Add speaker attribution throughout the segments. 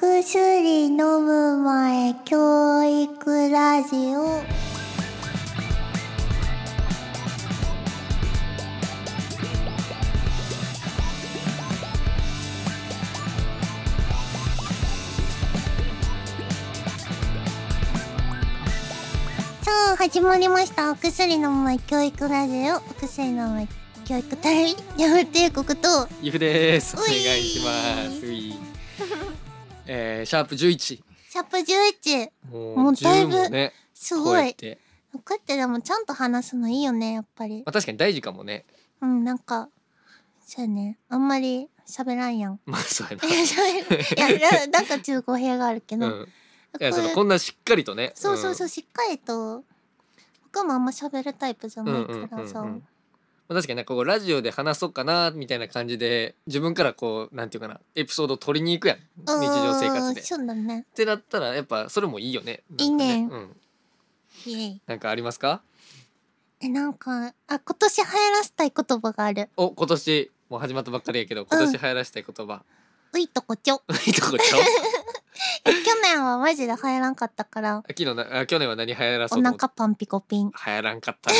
Speaker 1: 薬飲む前教育ラジオさあ始まりましたお薬飲む前教育ラジオお薬飲む前教育隊山帝国と
Speaker 2: ゆふです。お
Speaker 1: うい
Speaker 2: 願いします。ういえー、シャープ十一。
Speaker 1: シャープ11
Speaker 2: も
Speaker 1: もうだいぶ
Speaker 2: 10もね、
Speaker 1: す
Speaker 2: 超
Speaker 1: ご
Speaker 2: え
Speaker 1: い
Speaker 2: て。
Speaker 1: こうやってでもちゃんと話すのいいよねやっぱり
Speaker 2: まあ確かに大事かもね。
Speaker 1: うん、なんか、そうやね。あんまり喋らん やん。
Speaker 2: まあそうや
Speaker 1: いや、喋らんいやななんか中語弊があるけど。
Speaker 2: な。
Speaker 1: こ
Speaker 2: うん。
Speaker 1: い
Speaker 2: いうや
Speaker 1: う
Speaker 2: そのこんなしっかりとね。
Speaker 1: そうそうそうう、しっかりと、僕もあんま喋るタイプじゃ
Speaker 2: ん。うん
Speaker 1: ないうか
Speaker 2: んうんう
Speaker 1: らさ。
Speaker 2: ん。まあ確かになんかこうラジオで話そうかなみたいな感じで自分からこうなんていうかなエピソードを取りに行くやん日
Speaker 1: うん
Speaker 2: 常生活で。っ
Speaker 1: そうだね。
Speaker 2: てなったらやっぱそれもいいよね。なんか
Speaker 1: いいね
Speaker 2: うん。
Speaker 1: イエイ。
Speaker 2: なんかありますか？
Speaker 1: え、なんか、あ、今年流行らせたい言葉がある。
Speaker 2: お今年もう始まったばっかりやけど今年流行らしたい言葉。
Speaker 1: ういとこちょ。
Speaker 2: いいとこちゃう
Speaker 1: え去年はマジで流行らんかったから、
Speaker 2: 昨日なあ去年は何流行ら
Speaker 1: お
Speaker 2: そうと思った
Speaker 1: 腹パンピコピン。
Speaker 2: 流行らん かったね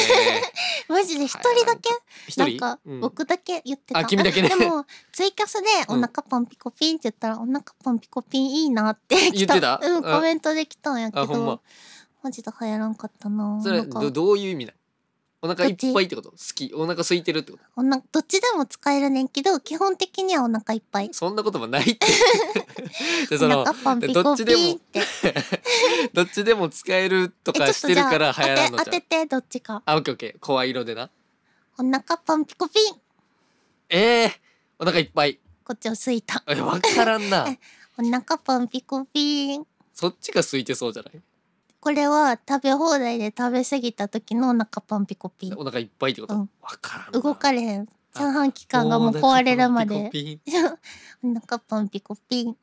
Speaker 1: マジで一人だけ
Speaker 2: 一
Speaker 1: なん
Speaker 2: 人
Speaker 1: か
Speaker 2: うん
Speaker 1: 僕だけ言ってた、
Speaker 2: あ君だけね
Speaker 1: でもツイキャスで「お
Speaker 2: うん
Speaker 1: 腹パンピコピン」って言ったら「お腹パンピコピンいいな」って来
Speaker 2: 言ってた
Speaker 1: うん
Speaker 2: あ
Speaker 1: コメントできたんやけ
Speaker 2: あほん
Speaker 1: ど
Speaker 2: ま
Speaker 1: マジで流行らんかったな
Speaker 2: それ
Speaker 1: なんか
Speaker 2: どどういう意味なのお腹いっぱいってこと好きお腹空いてるってこと
Speaker 1: おなどっちでも使えるねんけど基本的にはお腹いっぱい
Speaker 2: そんなこともないって で
Speaker 1: お
Speaker 2: その
Speaker 1: 腹パンピコピンってえ
Speaker 2: どっちでも使えると
Speaker 1: ちょ
Speaker 2: か
Speaker 1: っ
Speaker 2: し
Speaker 1: と
Speaker 2: て
Speaker 1: じ
Speaker 2: る
Speaker 1: ゃ
Speaker 2: から
Speaker 1: あ
Speaker 2: 流行らん
Speaker 1: 当
Speaker 2: の
Speaker 1: て
Speaker 2: じ
Speaker 1: 当て
Speaker 2: ゃん
Speaker 1: てどっちか
Speaker 2: あオッケーオッケー声色でな
Speaker 1: お腹パンピコピン
Speaker 2: えー、お腹いっぱい
Speaker 1: こっちをすいた
Speaker 2: えわから んな
Speaker 1: お腹パンピコピン
Speaker 2: そっちが空いてそうじゃない
Speaker 1: これは食べ放題で食べ過ぎた時のお腹パンピコピン
Speaker 2: お腹いっぱいってこと
Speaker 1: うん
Speaker 2: わからんな
Speaker 1: 動かれへん
Speaker 2: あ
Speaker 1: 三半規管がもう壊れるま
Speaker 2: お腹
Speaker 1: で
Speaker 2: ピコピン
Speaker 1: お腹パンピコピン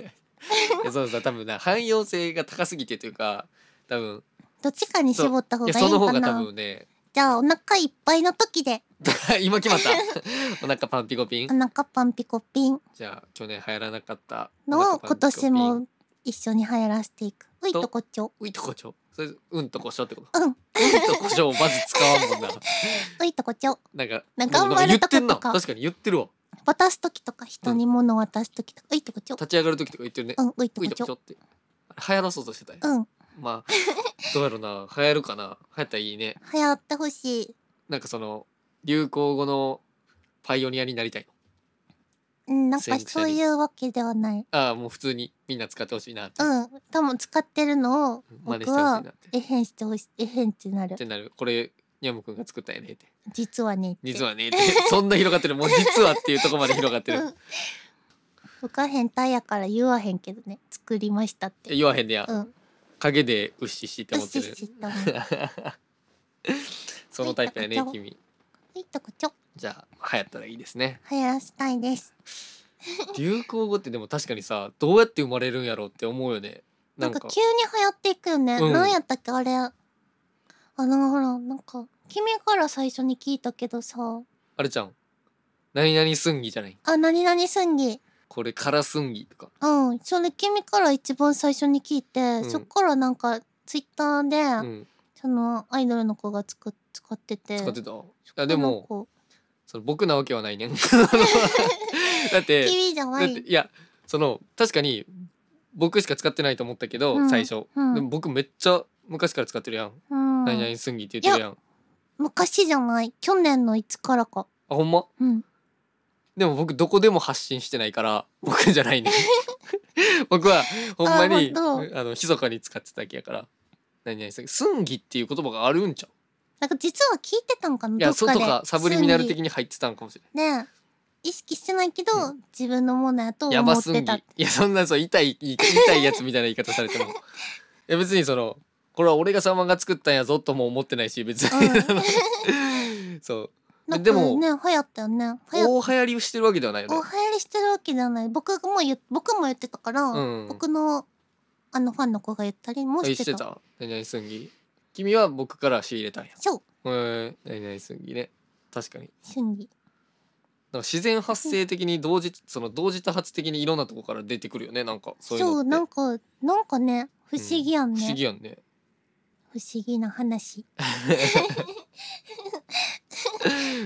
Speaker 2: いやそうさ多分な汎用性が高すぎてというか多分
Speaker 1: どっちかに絞った方
Speaker 2: い
Speaker 1: がい
Speaker 2: や
Speaker 1: い
Speaker 2: その方
Speaker 1: か
Speaker 2: が多
Speaker 1: な
Speaker 2: 分ね
Speaker 1: じゃあお腹いっぱいの時で
Speaker 2: 今決まったお腹パンピコピン
Speaker 1: お腹パンピコピン
Speaker 2: じゃあ去年流行らなかった
Speaker 1: のを
Speaker 2: お
Speaker 1: 今
Speaker 2: 腹パンピコピ
Speaker 1: 年
Speaker 2: ン
Speaker 1: も一緒に流行らせていくうい
Speaker 2: と
Speaker 1: とこちょ
Speaker 2: ういとこちょそれうんとこしょってこと
Speaker 1: うん
Speaker 2: うんとこしょをまず使わんもんな
Speaker 1: ういとこちょ
Speaker 2: なんか
Speaker 1: なんか
Speaker 2: もう
Speaker 1: 頑張る
Speaker 2: 言ってんな
Speaker 1: とことか
Speaker 2: 確かに言ってるわ
Speaker 1: 渡す時とか人に物を渡す時とかういとこちょ
Speaker 2: 立ち上がる時とか言ってるね
Speaker 1: うんういとこ
Speaker 2: ういと
Speaker 1: ち
Speaker 2: こちょ
Speaker 1: ょ
Speaker 2: ってあれ流行らそうとしてたよ
Speaker 1: うん
Speaker 2: まあどうやろな流行るかな流行ったらいいね
Speaker 1: 流行ってほしい
Speaker 2: なんかその流行語のパイオニアになりたい
Speaker 1: うんなんか
Speaker 2: 先駆者
Speaker 1: そう
Speaker 2: に
Speaker 1: いうわけではない
Speaker 2: ああもう普通にみんな使ってほしいなって、
Speaker 1: うん多分使ってるのを
Speaker 2: 真似して
Speaker 1: 僕
Speaker 2: ほしいなっ
Speaker 1: は
Speaker 2: て
Speaker 1: えへんしてほしいえへんってなる
Speaker 2: ってなるこれにゃむくんが作ったんやねって
Speaker 1: 実はねって
Speaker 2: 実はねって そんな広がってるもう実はっていうとこまで広がってる
Speaker 1: うん僕は変態やから言わへんけどね作りましたって
Speaker 2: 言わへんねや、
Speaker 1: うん
Speaker 2: 陰でうっしっしって
Speaker 1: うっ
Speaker 2: 思って
Speaker 1: し
Speaker 2: る
Speaker 1: っしと
Speaker 2: そのタイプやね
Speaker 1: はいどうぞ
Speaker 2: 君
Speaker 1: いいとこちょ
Speaker 2: じゃあ流行ったらいいですね
Speaker 1: 流行らせたいです
Speaker 2: 流行語ってでも確かにさどうやって生まれるんやろうって思うよね
Speaker 1: な
Speaker 2: なんん
Speaker 1: か
Speaker 2: か
Speaker 1: 急に流行っていくよね、
Speaker 2: うん
Speaker 1: なんやったっけあれあのほらなんか君から最初に聞いたけどさ
Speaker 2: あれちゃん何々すんぎじゃない
Speaker 1: あ何々すんぎ
Speaker 2: これからすんぎとか
Speaker 1: うんそれ君から一番最初に聞いて、
Speaker 2: ん
Speaker 1: そっからなんかツイッターで、
Speaker 2: うん
Speaker 1: そのアイドルの子がつく使ってて
Speaker 2: 使ってた
Speaker 1: あ
Speaker 2: あでもその僕なわけはない ねんだって
Speaker 1: 君じゃな
Speaker 2: だって
Speaker 1: い
Speaker 2: いやその確かに僕しか使ってないと思ったけど、
Speaker 1: うん
Speaker 2: 最初、
Speaker 1: うん
Speaker 2: でも僕めっちゃ昔から使ってるやん「
Speaker 1: うん
Speaker 2: 何々すんぎ」って言ってるやん
Speaker 1: 昔じゃない去年のいつからか
Speaker 2: あほんま
Speaker 1: うん
Speaker 2: でも僕どこでも発信してないから僕じゃないね 僕はほんまに
Speaker 1: あ
Speaker 2: あ
Speaker 1: 本
Speaker 2: の密かに使ってただけやから「何々すんぎ」すんぎっていう言葉があるんちゃう
Speaker 1: なんか実は聞いてたんかないど
Speaker 2: や
Speaker 1: っか
Speaker 2: そ
Speaker 1: で
Speaker 2: とかサブリミナル的に入ってたんかもしれない。
Speaker 1: ね意識してないけど、
Speaker 2: う
Speaker 1: 自分のものやと
Speaker 2: や
Speaker 1: 思
Speaker 2: ば
Speaker 1: っ
Speaker 2: すんぎ
Speaker 1: てた
Speaker 2: いやそんなそう痛い言い痛いやつみたいな言い方され てもいや別にそのこれは俺が様が作ったんやぞとも思ってないし別に、 そう
Speaker 1: な
Speaker 2: え
Speaker 1: ん
Speaker 2: で
Speaker 1: か
Speaker 2: も
Speaker 1: ね流行ったよね流行っ
Speaker 2: 大流行りをしてるわけではないよ
Speaker 1: お流
Speaker 2: ね
Speaker 1: 行りしてるわけじゃない僕も言僕も言ってたから、
Speaker 2: うん
Speaker 1: 僕のあのファンの子が言ったりも
Speaker 2: え
Speaker 1: し
Speaker 2: してて
Speaker 1: た
Speaker 2: た何々すんぎ君は僕から仕入れたんや
Speaker 1: そう
Speaker 2: へえ何々すんぎね確かに
Speaker 1: 春儀
Speaker 2: なんか自然発生的に同時その同時多発的にいろんなとこから出てくるよねなんかそういうのって
Speaker 1: そうなんかなんかね不思議やん
Speaker 2: 不思
Speaker 1: ね、
Speaker 2: 議やんね
Speaker 1: 不思議な話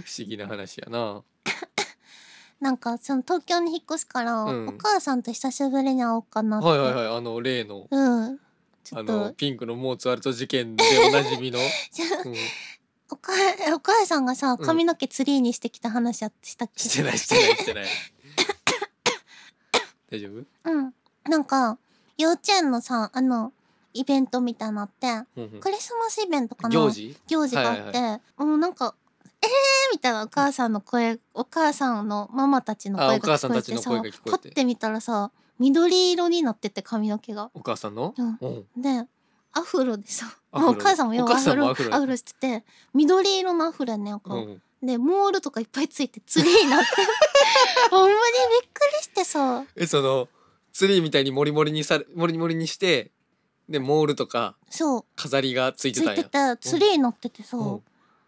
Speaker 2: 不思議な話やな
Speaker 1: なんかその東京に引っ越すから、
Speaker 2: うん
Speaker 1: お母さんと久しぶりに会おうかなって、
Speaker 2: はいはいはいあの例の
Speaker 1: うんちょ
Speaker 2: あ
Speaker 1: っと
Speaker 2: のピンクのモーツァルト事件でおなじ みの、うん
Speaker 1: おかお母さんがさ
Speaker 2: うん
Speaker 1: 髪の毛ツリーにしてきた話やってしたっけ
Speaker 2: してないしてないし てない大丈夫
Speaker 1: うんなんか幼稚園のさあのイベントみたいなのあって
Speaker 2: うんうん
Speaker 1: クリスマスイベントかな
Speaker 2: 行事
Speaker 1: 行事があって、
Speaker 2: は
Speaker 1: もうなんか「えー!」みたいなお母さんの声お母さんのママたちの
Speaker 2: あ
Speaker 1: 声
Speaker 2: お母
Speaker 1: が聞
Speaker 2: さん
Speaker 1: こえ
Speaker 2: たち
Speaker 1: て
Speaker 2: の
Speaker 1: さ
Speaker 2: 声が聞こえて
Speaker 1: パッて見たらさ緑色になってて髪の毛が。
Speaker 2: お母さんの、
Speaker 1: うん
Speaker 2: うん
Speaker 1: でアフロでさ
Speaker 2: アフ
Speaker 1: もう
Speaker 2: ロ
Speaker 1: お母さんもよ
Speaker 2: お
Speaker 1: くア
Speaker 2: 母
Speaker 1: フ
Speaker 2: さん
Speaker 1: ロ
Speaker 2: も
Speaker 1: アフ
Speaker 2: ア
Speaker 1: ロ
Speaker 2: フロ
Speaker 1: してて緑色のアフロやねんか、
Speaker 2: うん
Speaker 1: でモールとかいっぱいついてツリーに なってほんまにびっくりしてさ
Speaker 2: えそのツリーみたいにモリモリにされモリモリにしてでモールとか
Speaker 1: そう
Speaker 2: 飾りがつい
Speaker 1: つ
Speaker 2: てた
Speaker 1: い
Speaker 2: んや
Speaker 1: ててツリーになっててさ、
Speaker 2: うん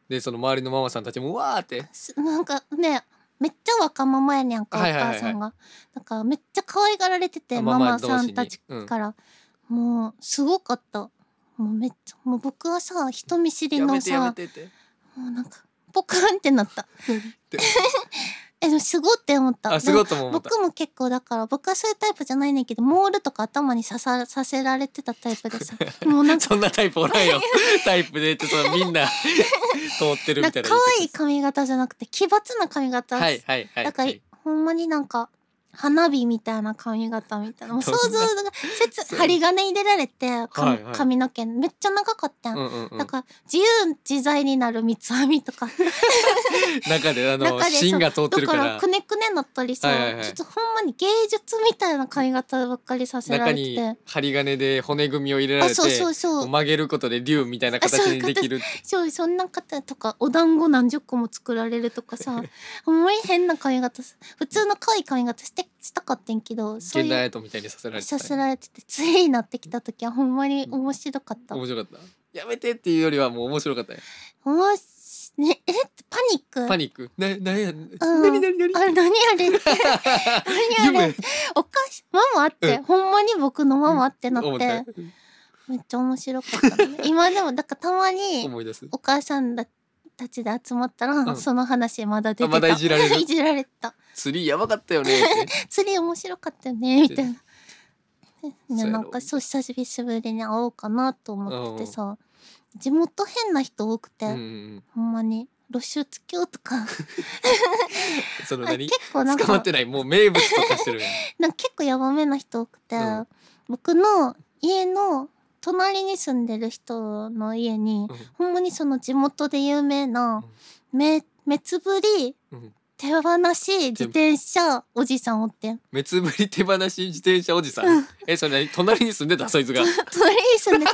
Speaker 2: でその周りのママさんたちもうわーって
Speaker 1: すなんかねめっちゃ若ママやねんか、
Speaker 2: はいはいはいは
Speaker 1: お
Speaker 2: い
Speaker 1: 母さんがだからめっちゃ可愛がられてて
Speaker 2: あ
Speaker 1: マ
Speaker 2: マ
Speaker 1: マ
Speaker 2: マ
Speaker 1: さ
Speaker 2: 同士
Speaker 1: ん
Speaker 2: に
Speaker 1: たちから、もうすごかったもうめっちゃもう僕はさ人見知り
Speaker 2: や
Speaker 1: の
Speaker 2: めてやめ
Speaker 1: さ
Speaker 2: てって
Speaker 1: もうなんかポカンってな った
Speaker 2: て
Speaker 1: えでもすごって思った
Speaker 2: あすごいとも思った
Speaker 1: 僕も結構だから僕はそういうタイプじゃないねんけどモールとか頭に刺ささせられてたタイプ でさもうなんか
Speaker 2: そんなタイプおら んよタイプでってそのみんな通ってる
Speaker 1: な
Speaker 2: み
Speaker 1: ん
Speaker 2: た
Speaker 1: か
Speaker 2: いな
Speaker 1: 可愛い髪型じゃなくて奇抜な髪型、
Speaker 2: はいはいはい
Speaker 1: だから、
Speaker 2: はい
Speaker 1: ほんまになんか花火みたいな髪型みたいなもう想
Speaker 2: どんな
Speaker 1: 像が説針金入れられてか
Speaker 2: はいはい
Speaker 1: 髪の毛めっちゃ長かったやん、
Speaker 2: うんうんうん
Speaker 1: だから自由自在になる三つ編みとか
Speaker 2: 中であの
Speaker 1: 中でそう
Speaker 2: 芯が通って
Speaker 1: だ
Speaker 2: る
Speaker 1: か
Speaker 2: からら
Speaker 1: くねくねなったりさ、
Speaker 2: はいはいはい
Speaker 1: ちょっとほんまに芸術みたいな髪型ばっかりさせら
Speaker 2: 中
Speaker 1: れて
Speaker 2: に
Speaker 1: て
Speaker 2: 針金で骨組みを入れら
Speaker 1: あ
Speaker 2: れて
Speaker 1: そうそうそ
Speaker 2: こう
Speaker 1: う
Speaker 2: 曲げることで竜みたいな形にできるって
Speaker 1: そうそんな方とかお団子何十個も作られるとか さほんまに変な髪型す普通の可愛い髪型してしたかってんけどそういう
Speaker 2: 現代アートみたいにさせられてた
Speaker 1: さ
Speaker 2: ね
Speaker 1: せられててついになってきた時はほんまに面白かった。
Speaker 2: 面白かったやめてっていうよりはもう面白かったね
Speaker 1: おもしねえパニック
Speaker 2: パ
Speaker 1: ニッ
Speaker 2: ニックななんや
Speaker 1: うん
Speaker 2: なになになに
Speaker 1: あれ何あ れ何あれ
Speaker 2: 夢
Speaker 1: おかしママあって、
Speaker 2: うん
Speaker 1: ほんまに僕のママあってなっ
Speaker 2: 思ってた
Speaker 1: めっちゃ面白かった ね、今でもだからたまに
Speaker 2: 思い出す
Speaker 1: お母さんだたちで集まったら、
Speaker 2: うん
Speaker 1: その話まだ出てた
Speaker 2: あまだいじられ る
Speaker 1: いじられた
Speaker 2: 釣りやばかったよね って
Speaker 1: 釣り面白かったよねみたいな。
Speaker 2: そうや
Speaker 1: ね、
Speaker 2: ろ
Speaker 1: なんかそう久しぶりに会おうかなと思っててさ地元変な人多くて、
Speaker 2: うんうんうん
Speaker 1: ほんまに露出狂とか
Speaker 2: その
Speaker 1: あ
Speaker 2: 何
Speaker 1: 結構なん
Speaker 2: 捕まっ
Speaker 1: か
Speaker 2: てないもう名物とかしてる
Speaker 1: なんか結構やばめな人多くて、
Speaker 2: うん
Speaker 1: 僕の家の隣に住んでる人の家に、
Speaker 2: うん
Speaker 1: ほんまにその地元で有名な
Speaker 2: うん
Speaker 1: 目目つぶり
Speaker 2: うん
Speaker 1: 手放し自転車おじさんおってん
Speaker 2: 目つぶり手放し自転車おじさんえそれ何隣に住んでたそいつが
Speaker 1: 隣に住ん でて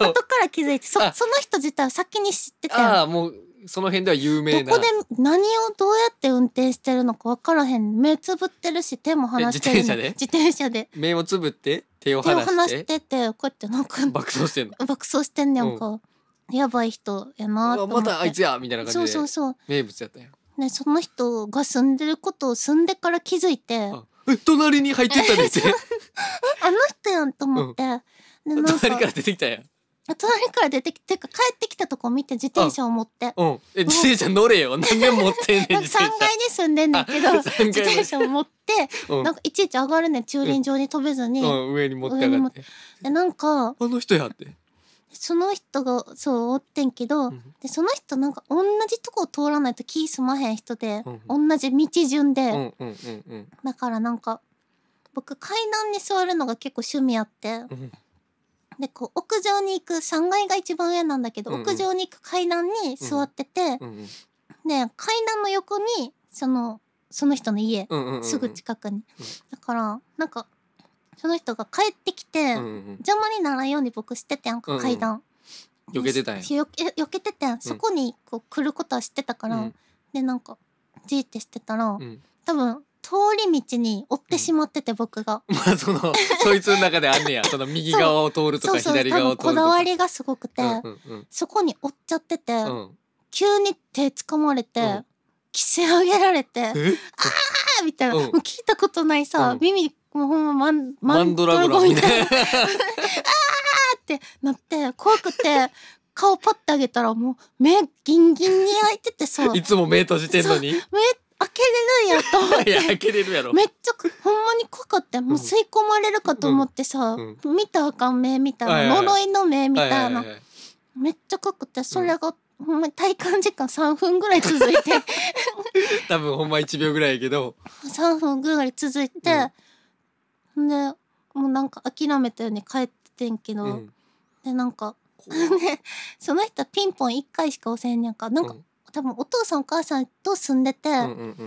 Speaker 1: 後から気づいてそ
Speaker 2: あ
Speaker 1: その人自体を先に知ってて
Speaker 2: ああもうその辺では有名
Speaker 1: ど
Speaker 2: な
Speaker 1: こで何をどうやって運転してるのか分からへん目つぶってるし手も離してるの
Speaker 2: え自転車で
Speaker 1: 自転車で
Speaker 2: 目をつぶって 手を
Speaker 1: 手を離
Speaker 2: 離
Speaker 1: し
Speaker 2: して
Speaker 1: ててこうやってなんか
Speaker 2: 爆走してんの
Speaker 1: 爆走してんねやんか、やばい人やな
Speaker 2: う
Speaker 1: と
Speaker 2: わ
Speaker 1: 思っ
Speaker 2: ま
Speaker 1: て
Speaker 2: たあいつやみたいな
Speaker 1: そ
Speaker 2: 感
Speaker 1: う
Speaker 2: じで
Speaker 1: そうそう
Speaker 2: 名物やったんや
Speaker 1: ねその人が住んでることを住んでから気づいてあ
Speaker 2: あえ隣に入ってったんですよ
Speaker 1: の人やんと思って、でなんか
Speaker 2: 隣から出てきたんや
Speaker 1: 隣から出てきてか帰ってきたとこ見て自転車を持って
Speaker 2: うんえ自転車乗れよ何年持ってんねん
Speaker 1: なんか
Speaker 2: 自
Speaker 1: 3
Speaker 2: 転
Speaker 1: 階に住んでんだけど
Speaker 2: あ
Speaker 1: 自
Speaker 2: 三階まで
Speaker 1: 転車を持って
Speaker 2: 車うん
Speaker 1: なんかいちいち上がるねん駐輪場に飛べずに、
Speaker 2: うん上に持って
Speaker 1: 上
Speaker 2: 上
Speaker 1: に
Speaker 2: が
Speaker 1: 持っ
Speaker 2: って
Speaker 1: でなんか
Speaker 2: あの人やって
Speaker 1: その人がそうおってんけど、
Speaker 2: うん
Speaker 1: でその人なんか同じとこを通らないと気済まへん人で、
Speaker 2: う
Speaker 1: 同じ道順で、
Speaker 2: うんうんうんうん
Speaker 1: だからなんか僕階段に座るのが結構趣味あって
Speaker 2: うん
Speaker 1: でこう屋上に行く3階が一番上なんだけど、
Speaker 2: うんうん
Speaker 1: 屋上に行く階段に座ってて、
Speaker 2: うんうん
Speaker 1: で階段の横にそのその人の家、
Speaker 2: うんうんうん
Speaker 1: すぐ近くに、だからなんかその人が帰ってきて、
Speaker 2: うんうん
Speaker 1: 邪魔にならんように僕しててん
Speaker 2: うん
Speaker 1: か
Speaker 2: うん
Speaker 1: 階段、
Speaker 2: 避けてたんや
Speaker 1: しよけ避けててんそこにこう来ることは知ってたから、
Speaker 2: うん
Speaker 1: でなんかじーってしてたら、
Speaker 2: うん
Speaker 1: 多分通り道に追ってしまってて僕が、
Speaker 2: まあそのそいつの中であんねやその右側を通ると
Speaker 1: そう
Speaker 2: か
Speaker 1: そう多
Speaker 2: 左側を
Speaker 1: 分
Speaker 2: 通ると
Speaker 1: こ
Speaker 2: か
Speaker 1: だわりがすごくて、
Speaker 2: うんうん
Speaker 1: そこに追っちゃってて、
Speaker 2: うんうん
Speaker 1: 急に手掴まれて、
Speaker 2: うん
Speaker 1: き上げられて「
Speaker 2: え
Speaker 1: あーみたいな、
Speaker 2: うん
Speaker 1: もう聞いたことないさ、
Speaker 2: うん
Speaker 1: 耳もうほんまマン
Speaker 2: マンドラゴラみ
Speaker 1: みたい
Speaker 2: た
Speaker 1: ないっ
Speaker 2: な。
Speaker 1: てなって怖くて 顔パッて上げたらもう目ギンギンに開いててさ目
Speaker 2: いつも目閉じてんのに。い
Speaker 1: 開けれるんやと思っ
Speaker 2: や
Speaker 1: て。
Speaker 2: 開けれるやろ。
Speaker 1: めっちゃほんまに怖かったよもう吸い込まれるかと思ってさ、
Speaker 2: うん
Speaker 1: 見たらあかん目みたいな、
Speaker 2: はいはいはい
Speaker 1: 呪いの目みたいな、
Speaker 2: はははは
Speaker 1: めっちゃ怖くてそれが、ほんまに体感時間3分ぐらい続 いて
Speaker 2: 多分ほんま1秒ぐらいやけど。
Speaker 1: 3分ぐらい続いて、ん、でもうなんか諦めたように帰ってんけど、
Speaker 2: うん
Speaker 1: でなんか
Speaker 2: 怖 い
Speaker 1: でその人はピンポン1回しか押せへんねやんかなんか、
Speaker 2: うん
Speaker 1: 多分お父さんお母さんと住んでて、
Speaker 2: うんう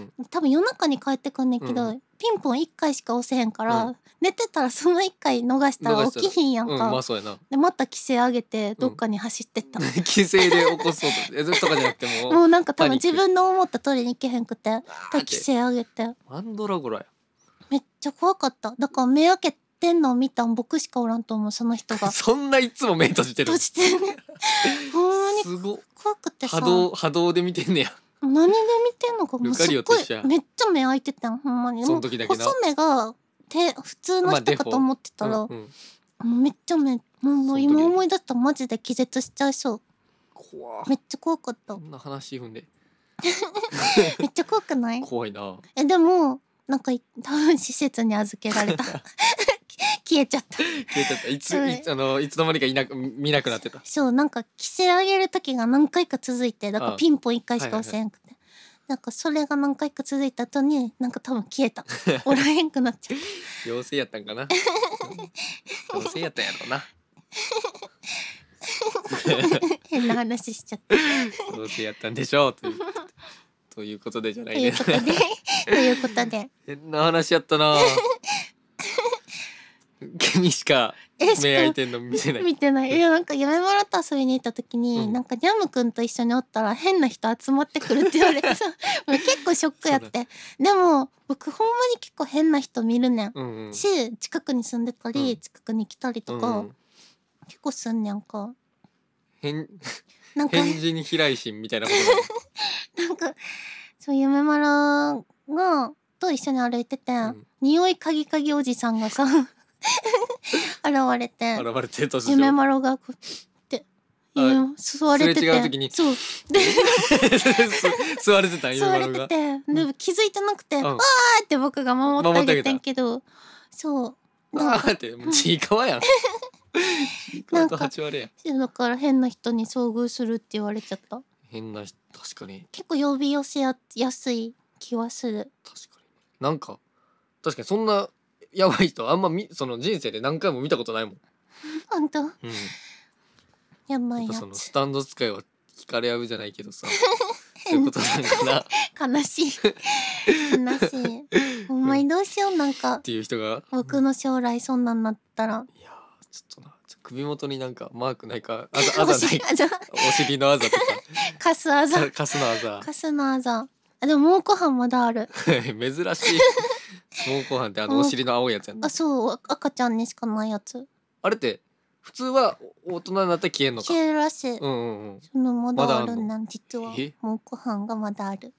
Speaker 2: んうん
Speaker 1: 多分夜中に帰ってくんねんけど、
Speaker 2: う
Speaker 1: ピンポン1回しか押せへんから、
Speaker 2: う
Speaker 1: 寝てたらその1回逃したら
Speaker 2: 逃したら
Speaker 1: 起きひんやんか、
Speaker 2: うんまあそうやな。
Speaker 1: でまた規制上げてどっかに走ってった、
Speaker 2: 規制で起こそうとえとかじゃなくて
Speaker 1: も
Speaker 2: もう
Speaker 1: うなんか多分
Speaker 2: パニック
Speaker 1: 自分の思った通りに行けへんくてだか
Speaker 2: あ
Speaker 1: ら
Speaker 2: ーって
Speaker 1: 規制上げて
Speaker 2: マンドラゴラや
Speaker 1: めっちゃ怖かっただから目開けてんのを見たん僕しかおらんと思うその人 が
Speaker 2: そんないつも目閉じてる
Speaker 1: 閉じて ねほんまに
Speaker 2: すご
Speaker 1: 怖くてさ
Speaker 2: 波動波動で見てんねや
Speaker 1: 何で見てんのかもう
Speaker 2: ル
Speaker 1: す
Speaker 2: カリ
Speaker 1: っ
Speaker 2: オ
Speaker 1: ご
Speaker 2: と
Speaker 1: い
Speaker 2: 一緒や
Speaker 1: めっちゃ目開いてたんほんまに
Speaker 2: その時だけな
Speaker 1: もう細目がて普通の
Speaker 2: まあ
Speaker 1: 人
Speaker 2: デ
Speaker 1: か
Speaker 2: フォ
Speaker 1: と思ってたら、
Speaker 2: うんうん
Speaker 1: もうめっちゃ目もうもう
Speaker 2: その時だ
Speaker 1: 今
Speaker 2: け
Speaker 1: 思い出したらマジで気絶しちゃい そう
Speaker 2: 怖
Speaker 1: めっちゃ怖かった
Speaker 2: こんな話踏んで
Speaker 1: めっちゃ怖くない
Speaker 2: 怖いな
Speaker 1: えでもなんかい多分施設に預けられた 消えちゃった
Speaker 2: 消えちゃったいつ
Speaker 1: うん
Speaker 2: いつあのいつの間にかいなく見なくなってた
Speaker 1: そうなんか規制上げる時が何回か続いてだから
Speaker 2: あ
Speaker 1: ピンポン1回しか押せんくて、なんかそれが何回か続いた後になんか多分消えたおらへんくなっちゃっ
Speaker 2: 妖精やったんかな うん妖精やったんやろうな
Speaker 1: た変な話しちゃった
Speaker 2: 妖精やったんでしょうという ということでじゃな
Speaker 1: と
Speaker 2: い
Speaker 1: い
Speaker 2: ね
Speaker 1: うこと でということで
Speaker 2: 変な話やったな君しか
Speaker 1: えしか
Speaker 2: 目開いてんの見せない
Speaker 1: 見てないいやなんか夢村と遊びに行った時に、
Speaker 2: うん
Speaker 1: なんかジャムくんと一緒におったら変な人集まってくるって言われ てさもう結構ショックやってでも僕ほんまに結構変な人見るねん、
Speaker 2: うんうん
Speaker 1: し近くに住んでたり、
Speaker 2: うん
Speaker 1: 近くに来たりと
Speaker 2: う
Speaker 1: か、
Speaker 2: んうん
Speaker 1: 結構すんねんか
Speaker 2: 変
Speaker 1: なんか
Speaker 2: 変人に飛来心みたいなことなの
Speaker 1: なんかそう夢丸がと一緒に歩いてて、
Speaker 2: ん
Speaker 1: 匂いかぎかぎおじさんが さ現れて
Speaker 2: 現れてる突
Speaker 1: 夢
Speaker 2: 如
Speaker 1: 丸がこうって
Speaker 2: あ
Speaker 1: 夢丸座れて
Speaker 2: すれ違う
Speaker 1: て
Speaker 2: 時に
Speaker 1: そうで
Speaker 2: す座れてた 夢
Speaker 1: 座れ
Speaker 2: 丸
Speaker 1: て
Speaker 2: が
Speaker 1: てでも気づいてなくて「
Speaker 2: うん
Speaker 1: わ、ー!」って僕が守ってあげてんけどそう
Speaker 2: あ
Speaker 1: なんか
Speaker 2: ーってもうちいかわやんちいかわと八割やん
Speaker 1: だから変な人に遭遇するって言われちゃった
Speaker 2: 変な人確かに
Speaker 1: 結構呼び寄せややすい気はする
Speaker 2: 確かになんか確かにそんなやばい人あんまみその人生で何回も見たことないもん、
Speaker 1: ほんと
Speaker 2: うん、
Speaker 1: やば
Speaker 2: や
Speaker 1: い
Speaker 2: っぱ
Speaker 1: や
Speaker 2: その
Speaker 1: つ
Speaker 2: スタンド使いは惹かれ合うじゃないけ どさそういうことなんかなっ
Speaker 1: 悲 しい悲しいお前どうしようなんか
Speaker 2: ていう人が
Speaker 1: 僕の将来そんなんなったら
Speaker 2: いやーちょっとなちょ首元になんかマークないか あざあ
Speaker 1: お
Speaker 2: ざない
Speaker 1: 尻あざ
Speaker 2: お尻のあざ とか
Speaker 1: カスあざ
Speaker 2: さカスのあざ
Speaker 1: カスのあざあでも蒙古斑まだある
Speaker 2: 珍しい猛虎飯ってあのお尻の青いやつやんな
Speaker 1: あそうあ赤ちゃんにしかないやつ
Speaker 2: あれって普通はお大人になったら消えんのか
Speaker 1: 消えらしい
Speaker 2: うんうんうん
Speaker 1: そのまだある
Speaker 2: まだ
Speaker 1: なん実は
Speaker 2: え
Speaker 1: 蒙古斑がまだある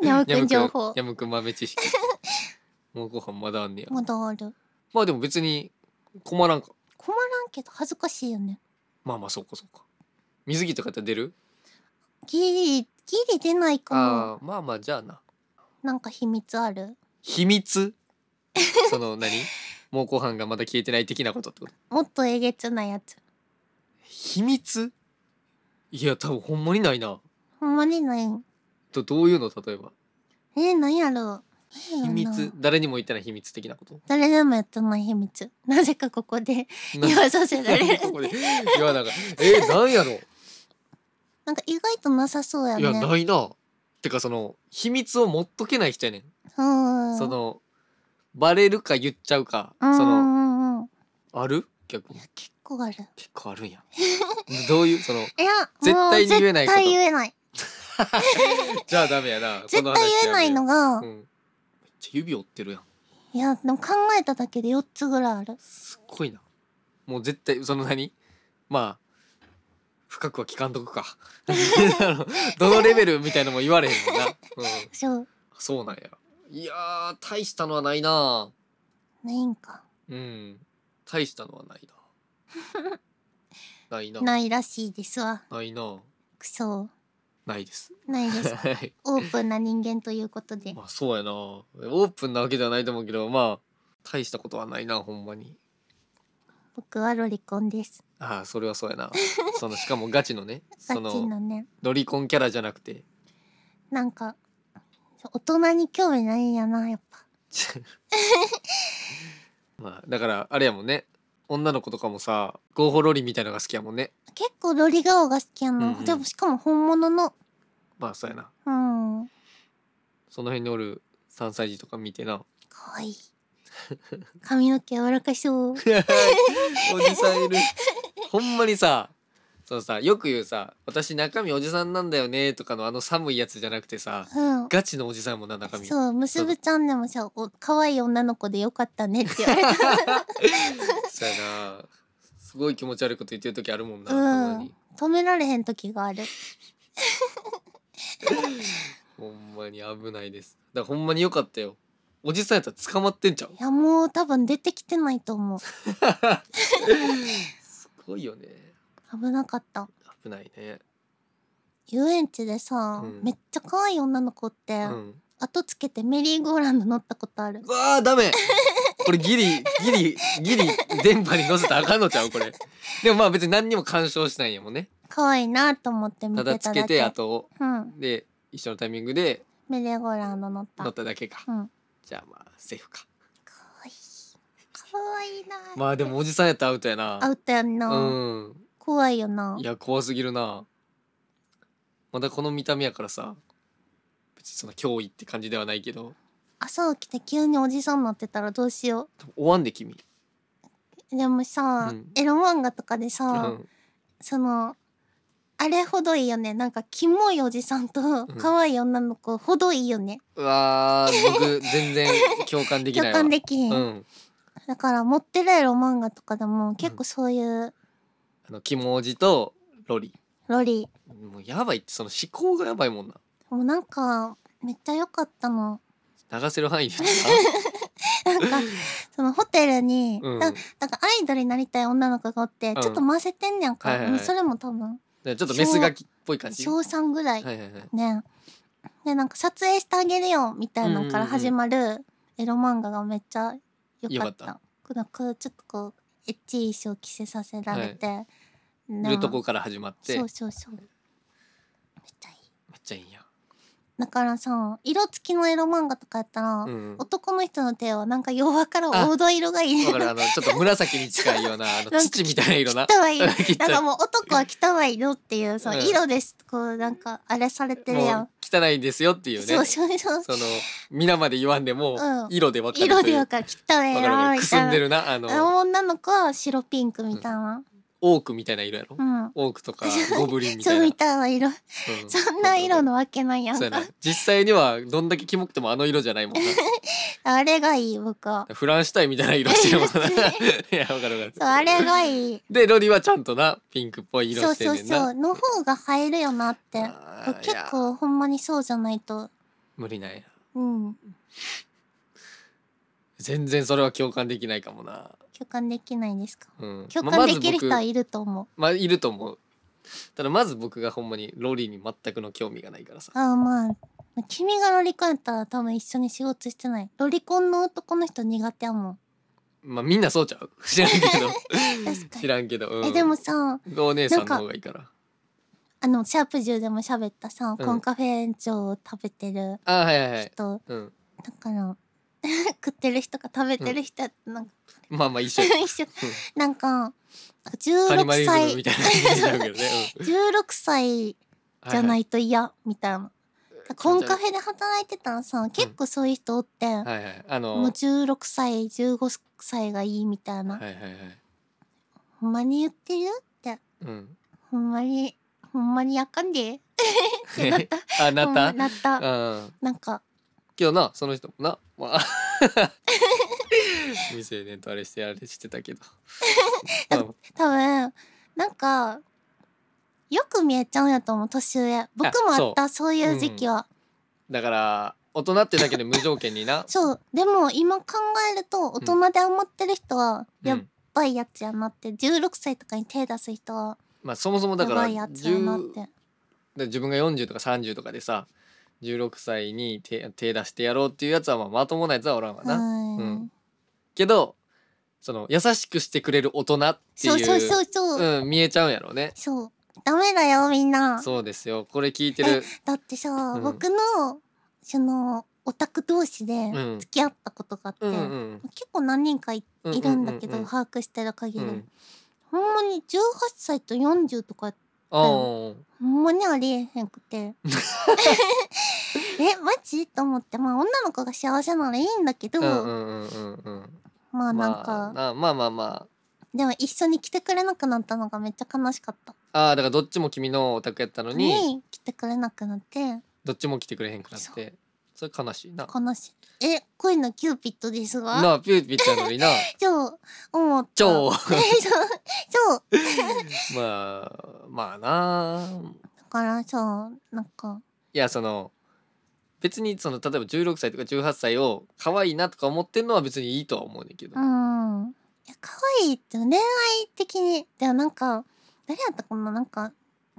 Speaker 1: ヤムくん情報
Speaker 2: ヤムくん豆 知識もうご飯まだあんねや
Speaker 1: まだある
Speaker 2: まあでも別に困らんか
Speaker 1: 困らんけど恥ずかしいよね
Speaker 2: まあまあそうかそうか水着とかやって出る
Speaker 1: ギリギリ出ないか
Speaker 2: ああまあまあじゃあな
Speaker 1: もなんか秘密ある
Speaker 2: 秘密その何もうご飯がまだ消えてない的なことってこと
Speaker 1: もっとえげつなやつ
Speaker 2: 秘密いや多分ほんまにないな
Speaker 1: ほんまにない
Speaker 2: どどういうの例えば
Speaker 1: えー、なんやろう
Speaker 2: 秘
Speaker 1: なんやろ
Speaker 2: 密
Speaker 1: な
Speaker 2: 誰にも言ってない秘密的なこと
Speaker 1: 誰でもやってない秘密なぜかここで言わさせられる
Speaker 2: ここでいやなんかえー、なんやろ
Speaker 1: なんか意外となさそうや
Speaker 2: い
Speaker 1: ね
Speaker 2: やないなてかその秘密を持っとけない人やねん、
Speaker 1: うん
Speaker 2: そのバレるか言っちゃうか、
Speaker 1: うん
Speaker 2: その
Speaker 1: うんうん
Speaker 2: ある逆に
Speaker 1: 結構ある
Speaker 2: 結構あるんやどういうその
Speaker 1: いや
Speaker 2: 絶対に言えないこと
Speaker 1: もう絶対言えない
Speaker 2: じゃあダメやな
Speaker 1: 絶対言えないのが、
Speaker 2: うん、めっちゃ指折ってるやん
Speaker 1: いやでも考えただけで4つぐらいある
Speaker 2: すっごいなもう絶対その何まあ深くは聞かんとくか あのどのレベルみたいのも言われへんもんな、うん、
Speaker 1: そう
Speaker 2: そうなんやいやー大したのはないな
Speaker 1: ないんか
Speaker 2: うん大したのはないなないな
Speaker 1: ないらしいですわ
Speaker 2: ないな
Speaker 1: くそ
Speaker 2: ないです
Speaker 1: ないです
Speaker 2: はい
Speaker 1: オープンな人間ということで
Speaker 2: まあそうやなオープンなわけではないと思うけどまあ大したことはないなほんまに
Speaker 1: 僕はロリコンです
Speaker 2: ああそれはそうやなそのしかもガチのね
Speaker 1: ガ
Speaker 2: そ
Speaker 1: チの
Speaker 2: の
Speaker 1: ね
Speaker 2: ロリコンキャラじゃなくて
Speaker 1: なんか大人に興味ないんやなやっぱ
Speaker 2: ちまあだからあれやもんね女の子とかもさゴーホロリみたいのが好きやもんね
Speaker 1: 結構ロリ顔が好きやな、
Speaker 2: うんうん
Speaker 1: でもしかも本物の
Speaker 2: まあそうやな
Speaker 1: うん
Speaker 2: その辺におる3歳児とか見 てな
Speaker 1: かわいい髪の毛柔らかそう
Speaker 2: おじさんいるほんまにさそのさよく言うさ「私中身おじさんなんだよね」とかのあの寒いやつじゃなくてさ
Speaker 1: うん
Speaker 2: ガチのおじさんやもんな中身
Speaker 1: そう、むすぶちゃんでもさ、お、可愛い女の子でよかったねって 言われた。
Speaker 2: そうやなすごい気持ち悪いこと言ってる時あるもんな、たま
Speaker 1: うん
Speaker 2: に。
Speaker 1: 止められへん時がある。
Speaker 2: ほんまに危ないですだからほんまによかったよおじさんやったら捕まってんちゃう
Speaker 1: いや、もう多分出てきてないと思う。
Speaker 2: すごいよね
Speaker 1: 危なかった。
Speaker 2: 危ないね
Speaker 1: 遊園地でさ、
Speaker 2: うん
Speaker 1: めっちゃ可愛い女の子って、
Speaker 2: うん
Speaker 1: 後つけてメリーゴーランド乗ったことある
Speaker 2: う。わあダメこれギリギリギリ電波に乗せたらあかんのちゃうこれでもまあ別に何にも干渉しないんやもんね
Speaker 1: 可愛いなと思って見
Speaker 2: た
Speaker 1: て
Speaker 2: だ
Speaker 1: た
Speaker 2: つ
Speaker 1: だけ。
Speaker 2: けてあと
Speaker 1: うん、
Speaker 2: で一緒のタイミングで
Speaker 1: メリーゴーランド乗った。
Speaker 2: 乗っただけか
Speaker 1: うん、
Speaker 2: じゃあまあセーフか
Speaker 1: 可愛い。可愛いな。
Speaker 2: まあでもおじさんやったらアウトやな
Speaker 1: アウトやんな。
Speaker 2: うん。
Speaker 1: 怖いよない
Speaker 2: や怖すぎるなまだこの見た目やからさ別にその脅威って感じではないけど
Speaker 1: 朝起きて急におじさんになってたらどうしよう。
Speaker 2: おわんで君
Speaker 1: でもさ、
Speaker 2: うん
Speaker 1: エロ漫画とかで
Speaker 2: う
Speaker 1: さ、
Speaker 2: ん
Speaker 1: そのあれほどいいよねなんかキモいおじさんと
Speaker 2: ん
Speaker 1: 可愛い女の子ほどいいよね、
Speaker 2: うわー僕全然共感できな
Speaker 1: 共
Speaker 2: いわ
Speaker 1: 感できへん、
Speaker 2: うん
Speaker 1: だから持ってるエロ漫画とかでも結構そういう
Speaker 2: あのキモおじとロリ
Speaker 1: ロリ、
Speaker 2: もうやばいってその思考がやばいもんな
Speaker 1: もうなんかめっちゃ良かったの
Speaker 2: 流せる範囲で言
Speaker 1: なん かそのホテルに、
Speaker 2: うん
Speaker 1: だなんかアイドルになりたい女の子がおって、
Speaker 2: うん
Speaker 1: ちょっと混ぜてんねやんか、
Speaker 2: はいはいはい
Speaker 1: もうそれも多分
Speaker 2: うなちょっとメスガキっぽい感じ
Speaker 1: 小3ぐらい
Speaker 2: はいはいはい
Speaker 1: ねでなんか撮影してあげるよみたいなのから始まるエロ漫画がめっちゃ良かった
Speaker 2: よか
Speaker 1: なんかちょっとこうエッチい衣装着せさせられて、
Speaker 2: い
Speaker 1: な
Speaker 2: るとこから始まって
Speaker 1: そ
Speaker 2: め
Speaker 1: う
Speaker 2: っ
Speaker 1: そうそうめっちゃいい
Speaker 2: ちゃいいんや
Speaker 1: だからさ色付きのエロ漫画とかやったら、
Speaker 2: うんわ
Speaker 1: 男の人の手はなんか弱から黄土色がいい
Speaker 2: かるあのちょっと紫に近いようなあの
Speaker 1: なんか
Speaker 2: 土みたいな色な
Speaker 1: 汚い
Speaker 2: 切っ
Speaker 1: な
Speaker 2: た
Speaker 1: んかもう男は汚い色っていうそう
Speaker 2: うん
Speaker 1: 色ですこうなんかあれされてるや
Speaker 2: もうん汚いですよっていうね
Speaker 1: そうそうそう
Speaker 2: その皆まで言わんでも
Speaker 1: うん
Speaker 2: 色でわかる
Speaker 1: 色
Speaker 2: とい
Speaker 1: で
Speaker 2: う
Speaker 1: わかる汚い
Speaker 2: わ
Speaker 1: 色
Speaker 2: かるわかる
Speaker 1: み
Speaker 2: くす
Speaker 1: たい
Speaker 2: ん
Speaker 1: な
Speaker 2: でるなあの
Speaker 1: 女の子は白ピンクみたいな。
Speaker 2: オークみたいな色やろ
Speaker 1: うん。
Speaker 2: オークとかゴブリンみた
Speaker 1: そ
Speaker 2: いうな
Speaker 1: みたいな色。
Speaker 2: う
Speaker 1: そんな色のわけないやん
Speaker 2: そうや
Speaker 1: か
Speaker 2: な。実際にはどんだけキモくてもあの色じゃないもんな
Speaker 1: あれがいい、僕は。
Speaker 2: フランシュタインみたいな色してるもんな。 いや、わかるわ
Speaker 1: そう、
Speaker 2: か
Speaker 1: あ
Speaker 2: る。
Speaker 1: れがいい。
Speaker 2: で、ロリはちゃんとな、ピンクっぽ い色
Speaker 1: そう
Speaker 2: して
Speaker 1: そ
Speaker 2: ん
Speaker 1: う
Speaker 2: ねん
Speaker 1: そ
Speaker 2: な。
Speaker 1: う。の方が映えるよなって
Speaker 2: あー。
Speaker 1: 僕結構ほんまにそうじゃないと。
Speaker 2: 無理ないな。
Speaker 1: うん。
Speaker 2: 全然それは共感できないかもな。
Speaker 1: 共感できないですか。
Speaker 2: うん。
Speaker 1: 共
Speaker 2: まあ
Speaker 1: 感できる人
Speaker 2: ま
Speaker 1: は
Speaker 2: ず僕
Speaker 1: いると思う。
Speaker 2: まあ、いると思う。ただ、まず僕がほんまにロリに全くの興味がないからさ。
Speaker 1: ああ、まあ。君がロリコンやったら多分一緒に仕事してない。ロリコンの男の人苦手やもん。
Speaker 2: まあ、みんなそうち ゃう知らんけ
Speaker 1: 確か
Speaker 2: ど。
Speaker 1: に
Speaker 2: 知らんけど。うん、
Speaker 1: え、でも、さ、
Speaker 2: お姉さんの方がいいから。
Speaker 1: あの、シャープ10でも喋ったさ、
Speaker 2: うん
Speaker 1: コンカフェ園長を食べてる
Speaker 2: あ、はいはいはい。
Speaker 1: 人、
Speaker 2: うん。
Speaker 1: だから 食ってる人か食べてる人やったなんか、
Speaker 2: まあまあ、 一緒。
Speaker 1: 一緒なんか
Speaker 2: カニマ
Speaker 1: 16
Speaker 2: リズム
Speaker 1: 歳
Speaker 2: みたいな感じになるけどね。
Speaker 1: 16歳
Speaker 2: う
Speaker 1: じ
Speaker 2: ん
Speaker 1: ゃな。
Speaker 2: はい
Speaker 1: と嫌みたいな。コンカフェで働いてたらさ結構そういう人おって、
Speaker 2: はいはいはいはい。あの、
Speaker 1: もう16歳15歳がいいみたいな、
Speaker 2: はいはいはい。
Speaker 1: ほんまに言ってる
Speaker 2: うん。
Speaker 1: ほんまにほんまにやかんでってなった
Speaker 2: あ、 なっ
Speaker 1: う
Speaker 2: た
Speaker 1: んなった
Speaker 2: うん。
Speaker 1: なんか
Speaker 2: けどな、その人もな、まあ。 未成年とあれしてあれしてたけど。まあ
Speaker 1: 多分なんかよく見えちゃうんやと思う年上僕もあったそういう時期は、
Speaker 2: だから大人ってだけで無条件にな
Speaker 1: そうでも今考えると大人で思ってる人はや
Speaker 2: う
Speaker 1: っ
Speaker 2: ん
Speaker 1: ばいやつやなって、16歳とかに手出す人は
Speaker 2: まあそもそも
Speaker 1: や
Speaker 2: だから
Speaker 1: ばいやつやなっ
Speaker 2: 10
Speaker 1: て
Speaker 2: で自分が40とか30とかでさ16歳に手手出してやろうっていうやつはまあまともなやつはおらんわな、
Speaker 1: うん
Speaker 2: うんけどその優しくしてくれる大人っていう
Speaker 1: そうそうそうそう、
Speaker 2: うん、見えちゃうんやろうね
Speaker 1: そうダメだよみんな
Speaker 2: そうですよこれ聞いてる
Speaker 1: だってさ、
Speaker 2: ん
Speaker 1: 僕のそのオタク同士で
Speaker 2: うん
Speaker 1: 付き合ったことがあって、
Speaker 2: うんうん
Speaker 1: 結構何人かい
Speaker 2: うん
Speaker 1: いるんだけど、
Speaker 2: うう
Speaker 1: 把握してる限
Speaker 2: う
Speaker 1: り、
Speaker 2: ん
Speaker 1: ほんまに18歳と40とか
Speaker 2: あー
Speaker 1: ほんまにありえへんく てえマジと思ってまあ女の子が幸せならいいんだけど、
Speaker 2: うんうんうんうんうん
Speaker 1: まあなんか、
Speaker 2: まあなまあまあま
Speaker 1: でも一緒に来てくれなくなったのがめっちゃ悲しかった
Speaker 2: ああーだからどっちも君のお宅やったのに
Speaker 1: に来てくれなくなって
Speaker 2: どっちも来てくれへんくなってそれ悲しいな
Speaker 1: 悲しいえ恋のキューピッドですが
Speaker 2: なあピューピッチャーなのに な
Speaker 1: 超思った
Speaker 2: 超
Speaker 1: そうそう
Speaker 2: まあまあな
Speaker 1: だからさなんか
Speaker 2: いやその別にその例えば16歳とか18歳を可愛いなとか思ってんのは別にいいとは思うねんだけど、
Speaker 1: うんいや可愛いって恋愛的にでもなんか誰やったかななんか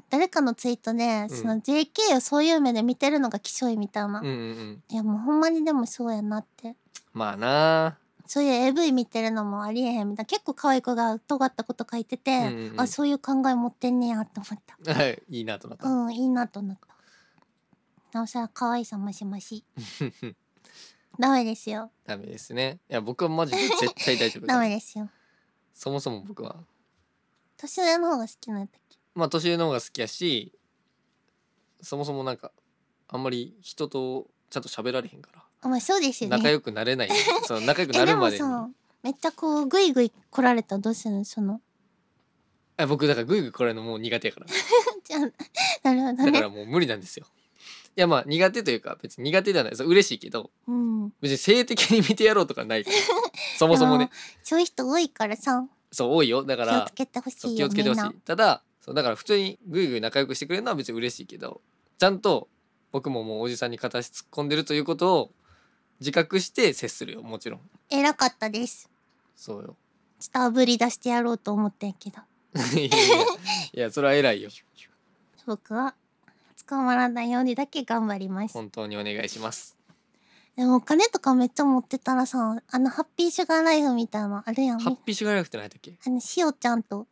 Speaker 1: 誰かのツイートで、その JK をそういう目で見てるのがきしょいみたいな、
Speaker 2: うんうんうん
Speaker 1: いやもうほんまにでもそうやなって
Speaker 2: まあな
Speaker 1: そういう AV 見てるのもありえへんみたいな結構可愛い子が尖ったこと書いてて、
Speaker 2: うんうんうん
Speaker 1: あそういう考え持ってんねやって思った
Speaker 2: はいいいなとなった、
Speaker 1: うんいいなと思ったなおさら可愛さ増し増しダメですよ
Speaker 2: ダメですねいや僕はマジで絶対大丈夫
Speaker 1: ダメですよ
Speaker 2: そもそも僕は
Speaker 1: 年上の方が好きなんだっけ
Speaker 2: まあ年上の方が好きやしそもそもなんかあんまり人とちゃんと喋られへんから
Speaker 1: あまあそうですよね
Speaker 2: 仲良くなれないその仲良 く
Speaker 1: え
Speaker 2: なるまでに
Speaker 1: もさめっちゃこうグイグイ来られたらどうするのその
Speaker 2: え僕だからグイグイ来られるのもう苦手やから
Speaker 1: じゃあなるほど
Speaker 2: だ
Speaker 1: ね
Speaker 2: からもう無理なんですよ。いやまあ苦手というか別に苦手ではないそう嬉しいけど
Speaker 1: うん
Speaker 2: 別に性的に見てやろうとかないから そもそもね
Speaker 1: でそういう人多いからさ
Speaker 2: そう多いよだ
Speaker 1: 気
Speaker 2: か
Speaker 1: を
Speaker 2: ら
Speaker 1: つけてほし
Speaker 2: そう
Speaker 1: い
Speaker 2: 気
Speaker 1: よ
Speaker 2: をつけてほし
Speaker 1: みんない
Speaker 2: ただそうだから普通にグイグイ仲良くしてくれるのは別に嬉しいけどちゃんと僕ももうおじさんに片足突っ込んでるということを自覚して接するよもちろん
Speaker 1: 偉かったです
Speaker 2: そうよ
Speaker 1: ちょっとあぶり出してやろうと思ってんけど
Speaker 2: いやいやいやそれは偉いよ
Speaker 1: 僕は捕まらないようにだけ頑張ります
Speaker 2: 本当にお願いします
Speaker 1: でもお金とかめっちゃ持ってたらさあのハッピーシュガーライフみたいなのあるやん
Speaker 2: ハッ
Speaker 1: ね
Speaker 2: ピーシュガーライフって何やったっけ
Speaker 1: あのしおちゃんと